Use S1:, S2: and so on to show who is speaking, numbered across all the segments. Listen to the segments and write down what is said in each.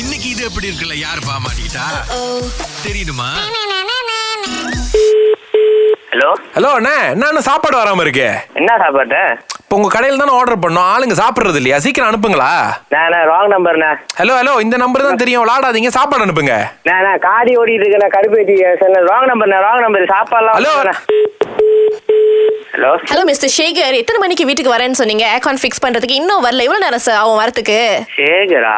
S1: இன்னைக்கு இது எப்படி இருக்குல்ல யார் பாமாட்டா தெரியுமா
S2: ஹலோ
S3: ஹலோ அண்ணே என்ன சாப்பாடு வராம இருக்கு
S2: என்ன சாப்பாடு
S3: இப்போ உங்க கடையில் தானே ஆர்டர் பண்ணோம் ஆளுங்க சாப்பிடுறது இல்லையா சீக்கிரம் அனுப்புங்களா
S2: நான் ராங் நம்பர்ண்ணே
S3: ஹலோ ஹலோ இந்த நம்பர் தான் தெரியும் விளாடாதீங்க சாப்பாடு அனுப்புங்க
S2: நான் நான் காடி ஓடிட்டு இருக்கேன் கடுப்பேத்தி சொன்னேன் ராங் நம்பர்ண்ணே ராங் நம்பர் சாப்பாடுலாம்
S3: Hello.
S2: Hello
S4: hello mister Sekar எத்தனை மணிக்கு வீட்டுக்கு வரேன்னு சொன்னீங்க ஏகான் ஃபிக்ஸ் பண்றதுக்கு இன்னும் வரல எவ்வளவு நேரம் சார் அவன் வரத்துக்கு
S2: சேகரா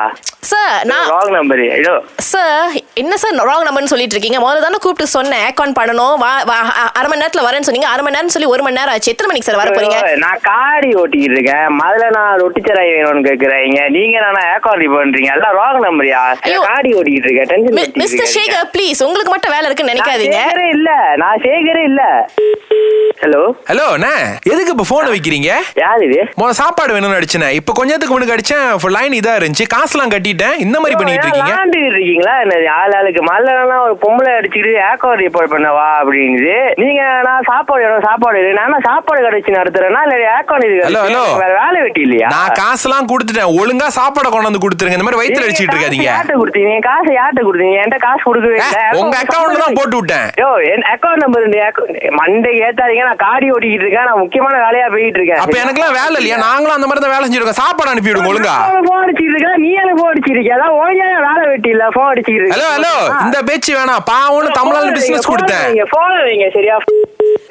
S4: சார் நான்
S2: ராங் நம்பர் ஹலோ
S4: சார் என்ன சார் ராங் நம்பர்னு சொல்லிட்டு இருக்கீங்க முதல்ல தானே கூப்பிட்டு சொன்னேன் ஏகான் பண்ணணும் வா வா- அ- அரை மணி நேரத்துல வரேன்னு சொன்னீங்க அரை மணி நேரம் சொல்லி ஒரு மணி நேரம் ஆச்சு எத்தனை மணிக்கு சார் வர போறீங்க
S2: ஐயோ, நான் காடி ஓட்டிக்கிட்டு இருக்கேன் முதல்ல நான் ரொட்டிச்சராய் வேணும்னு கேக்குறீங்க நீங்க நானா ஏக்காரி பண்றீங்க எல்லாம் ராங் நம்பர்யா
S4: ஐயோ.
S2: காடி ஓட்டிக்கிட்டு இருக்கேன்
S4: மி-
S2: டென்ஷன்
S4: மிஸ்டர் சேகர் ப்ளீஸ் உங்களுக்கு மட்டும் வேலை இருக்குன்னு நினைக்காதீங்க
S2: சேகரே இல்ல நான் சேகரே இல்ல ஹலோ
S3: ஹலோ அண்ணே எதுக்கு இப்போ ஃபோனை வைக்கிறீங்க
S2: யார் இது
S3: முதல்ல சாப்பாடு வேணும்னு அடிச்சேனே இப்போ கொஞ்சத்துக்கு முன்னாடி அடிச்சேன் லைன் இதா இருந்துச்சு காசுலாம் கட்டிட்டேன் இந்த மாதிரி பண்ணிட்டு இருக்கீங்க
S2: விளாண்டுகிட்டு இருக்கீங்களா என்ன ஆள் ஆளுக்கு மல்லலாம் ஒரு பொம்பளை அடிச்சுட்டு ஏக்கோ ரிப்போர்ட் பண்ணவா அப்படிங்குது நீங்க நான் சாப்பாடு வேணும் சாப்பாடு வேணும். நான் என்ன சாப்பாடு கடைச்சு நடத்துறேன்னா இல்ல ஏக்கோ
S3: Hello, hello.
S2: வேற வேலை வெட்டி இல்லையா
S3: நான் காசுலாம் கொடுத்துட்டேன் ஒழுங்கா சாப்பாடை கொண்டு வந்து கொடுத்துருங்க இந்த மாதிரி வயித்துல அடிச்சிட்டு இருக்காதீங்க
S2: யார்கிட்ட கொடுத்தீங்க என் காசு யார்கிட்ட கொடுத்தீங்க என்கிட்ட காசு கொடுக்கவே
S3: ஏ,
S2: இல்ல
S3: உங்க அக்கவுண்ட்ல தான் போட்டு விட்டேன்
S2: யோ என் அக்கவுண்ட் நம்பர் மண்டை ஏத்தாதீங்க நான் காடி ஓட்டிக்கிட்டு இருக்கேன் நான் முக்கியமான வேலையா போயிட்டு இருக்கேன்
S3: அப்ப எனக்குலாம் வேலை இல்லையா நாங்களும் அந்த மாதிரி தான் வேலை செஞ்சிருக்கோம் சாப்பாடு அனுப்பி விடுங்க ஒழுங்கா
S2: போன் அடிச்சிட்டு இருக்கா நீ எனக்கு போன் அடிச்சிருக்கியா அதான் உனக்கு ஏன் வேலை வெட்டி இல்ல போன் அடிச்சிட்டு
S3: ஹலோ ஹலோ இந்த பேச்சு வேணாம் பாவம்னு தமிழ்நாடு பிசினஸ் கொடுத்தேன்
S2: போன் வைங்க சரியா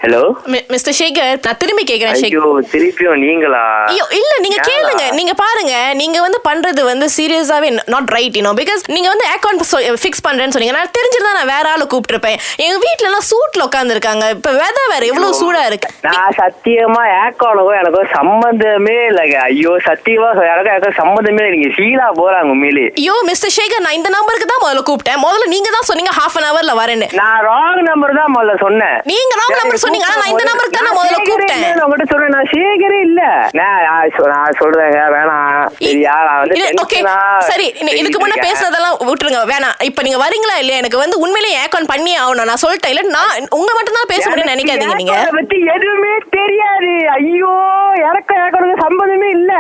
S2: ஹலோ
S4: மி- மிஸ்டர் சேகர் நான் திரும்பி கேக்குறேன் சேகர்
S2: ஐயோ திருப்பியும் நீங்களா
S4: ஐயோ இல்ல நீங்க
S2: ஏன்டா?
S4: கேளுங்க நீங்க பாருங்க நீங்க வந்து பண்றது வந்து சீரியஸாவே நாட் ரைட் யூனோ பிகாஸ் நீங்க வந்து அக்கௌண்ட் ஃபிக்ஸ் பண்றேன்னு சொன்னீங்க நான் தெரிஞ்சிருந்தா நான் வேற ஆளு கூப்பிட்டிருப்பேன் எங்க வீட்ல எல்லாம் சூட்ல உட்காந்துருக்காங்க இப்ப weather வேற எவ்வளவு சூடா இருக்கு
S2: நான் சத்தியமா ஏக்கோனுக்கும் எனக்கும் சம்பந்தமே இல்லைங்க ஐயோ சத்தியமா சொ- எனக்கும் எனக்கும் சம்பந்தமே இல்லை நீங்க சீலா போறாங்க உண்மையிலே
S4: ஐயோ மிஸ்டர் சேகர் நான் இந்த நம்பருக்கு தான் முதல்ல கூப்பிட்டேன் முதல்ல நீங்க தான் சொன்னீங்க ஹாஃப் அன் ஹவர்ல வரேன்னு
S2: நான் ராங் நம்பர் தான் முதல்ல சொன்னேன்
S4: நீங்க wrong number சொன்னீங்க. ஆனா நான் இந்த number க்கு தான் நான் முதல்ல கூப்பிட்டேன்.
S2: உங்ககிட்ட சொல்றேன் நான் சேகரே இல்ல நான் நான் சொ- நான் சொல்றேங்க வேணாம் சரியா நான் வந்து
S4: இது- okay.
S2: tension-ஆ
S4: சரி நீ- இதுக்கு முன்ன
S2: இருக்கேன்.
S4: பேசுனதெல்லாம் விட்டுருங்க வேணாம் இப்ப நீங்க வரீங்களா இல்லையா எனக்கு வந்து உண்மையிலேயே ஏகான் பண்ணியே ஆகணும் நான் சொல்லிட்டேன் இல்ல நான் உங்க மட்டும் தான் பேச முடியும்னு
S2: எனக்கு
S4: நினைக்காதீங்க நீங்க
S2: ஏக்கோனை பத்தி எதுவுமே தெரியாது ஐயோ எனக்கு ஏக்கனுக்கு சம்பந்தமே இல்ல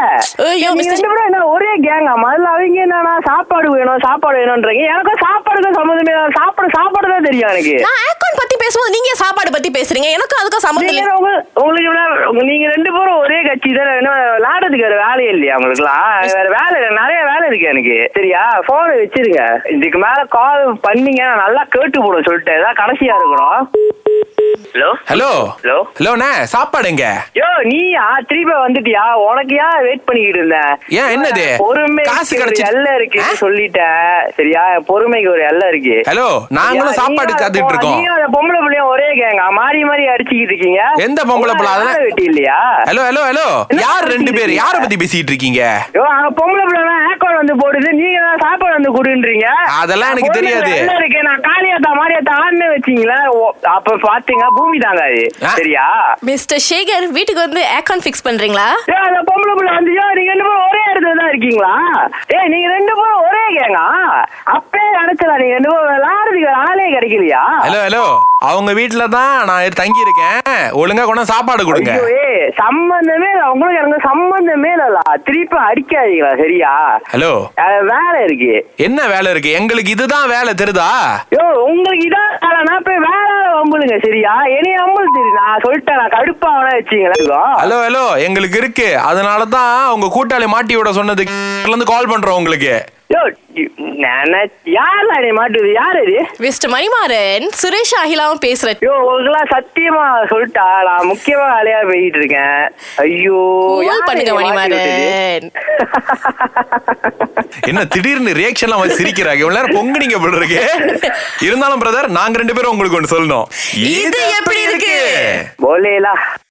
S4: ஐயோ,
S2: நீங்க
S4: மிஸ்டர்
S2: ரெண்டு பேரும் என்ன ஒரே கேங்கா முதல்ல அவங்க என்னன்னா சாப்பாடு வேணும் சாப்பாடு வேணும்ன்றீங்க எனக்கும் சாப்பாடுக்கும் சம்பந்தமே இல்ல. சாப்பாடு சாப்பாடு தான் தெரியும் எனக்கு
S4: நான் ஏகான் பத்தி பேசும்போது நீங்க சாப்பாடு பத்தி பேசுறீங்க எனக்கும் அதுக்கும் சம்மந்தம்
S2: நீங்க
S4: இல்லை
S2: உங்க- உங்களுக்கு என்ன- உங்க- நீங்க ரெண்டு பேரும் ஒரே கட்சி தானே என்ன விளையாடுறதுக்கு வேற வேலை இல்லையா உங்களுக்குலாம் வேற வேலை இல்லை நிறைய வேலை இருக்கு எனக்கு சரியா போனை வச்சிருங்க இதுக்கு மேல கால் பண்ணீங்க நான் நல்லா கேட்டு போட சொல்லிட்டேன் ஏதாவது கடைசியா இருக்கணும் ஹலோ
S3: ஹலோ
S2: ஹலோ
S3: ஹலோண்ணே சாப்பாடு எங்க
S2: யோ நீயா திருப்பி வந்துட்டியா உனக்கு ஏன் வெயிட் பண்ணிக்கிட்டு இருந்தேன்
S3: ஏன், என்னது?
S2: பொறுமை
S3: காசு
S2: காசு
S3: கிடைச்சிட்டு-
S2: எல்லை இருக்கு
S3: ஆ?
S2: சொல்லிட்டேன் சரியா என் பொறுமைக்கு ஒரு எல்லை இருக்கு
S3: ஹலோ நாங்களும்
S2: யா,
S3: சாப்பாடு
S2: நீயும்
S3: காத்துட்டு
S2: அந்த
S3: இருக்கோம்
S2: நீயும் அந்த பொம்பளை புள்ளையும் ஒரே கேங்க மாறி மாறி அடிச்சுக்கிட்டு இருக்கீங்க
S3: எந்த பொம்பளை புள்ள? அதெல்லாம்
S2: அதெல்லாம் வெட்டி இல்லையா
S3: ஹலோ ஹலோ ஹலோ
S2: என்ன
S3: யார்
S2: பேசிட்டு
S3: ரெண்டு பேர்
S2: இருக்கீங்க?
S3: யார பத்தி பேசிட்டு இருக்கீங்க
S2: ஐயோ அங்க பொம்பளை பிள்ளைனா ஏக்கோல் வந்து போடுது நீங்க தான் சாப்பாடு வந்து குடுன்றீங்க
S3: அதெல்லாம் எனக்கு
S2: பொண்ணு
S3: தெரியாது.
S2: நல்லா இருக்கு நான் காளியாத்தா மாரியாத்தா ஆன்னு வச்சீங்களா அப்ப பாத்தீங்க பூமி தாங்க அது
S3: ஆ?
S2: சரியா
S4: மிஸ்டர் சேகர் வீட்டுக்கு வந்து ஏகான் ஃபிக்ஸ் பண்றீங்களா
S2: ஏ அந்த பொம்பளை பிள்ளை வந்து ஏன் நீங்க ரெண்டு பேரும் ஒரே இடத்துல தான் இருக்கீங்களா ஏ நீங்க ரெண்டு பேரும் ஒரே கேங்க அப்பே நினைச்சலாம் நீங்க ரெண்டு பேரும் விளாடுறதுக்கு ஒரு ஆளே கிடைக்கலையா
S3: ஹலோ ஹலோ அவங்க வீட்டுல தான் நான் தங்கி இருக்கேன் ஒழுங்கா கொண்டு வந்து சாப்பாடு கொடுங்க
S2: ஐயோ, ஏய், சம்பந்தமே இல்ல உங்களுக்கு எனக்கு சம்பந்தமே இல்ல திருப்பி அடிக்காதீங்களா சரியா
S3: ஹலோ
S2: அஹ், வேலை இருக்கு
S3: என்ன வேலை இருக்கு எங்களுக்கு இதுதான் வேலை தெரியுதா
S2: யோ உங்களுக்கு இதான் வேலைனா போய் வேற ஆளை வம்புலுங்க சரியா என்னைய வம்புல் தெரியும் நான் சொல்லிட்டேன் நான் கடுப்பா அவனை வச்சீங்களா
S3: ஹலோ ஹலோ எங்களுக்கு இருக்கு அதனால தான் உங்க கூட்டாளி மாட்டி விட சொன்னதுக்கு இருந்து கால் பண்றோம் உங்களுக்கு
S2: யோ யாரா நீ மாட்டுது யார் இது
S4: மிஸ்டர் மணிமாறன் சுரேஷ் அகிலாவும் பேசுறேன்
S2: யோ உங்களுக்குலாம் சத்தியமா சொல்லிட்டா நான் முக்கியமா வேலையா போயிட்டு இருக்கேன் ஐயோ
S4: கோல்
S2: யார்
S4: பண்ணுங்க
S2: என்னை மாட்டி விட்டது?
S4: மணிமாறன்
S3: என்ன திடீர்னு ரியாக்ஷன் எல்லாம் வச்சு சிரிக்கிறாங்க இவ்வளவு நேரம் பொங்குனீங்க போல இருக்கு இருந்தாலும் பிரதர் நாங்க ரெண்டு பேரும் உங்களுக்கு ஒண்ணு சொல்லணும்
S4: இது எப்படி இருக்கு?
S2: போலேலா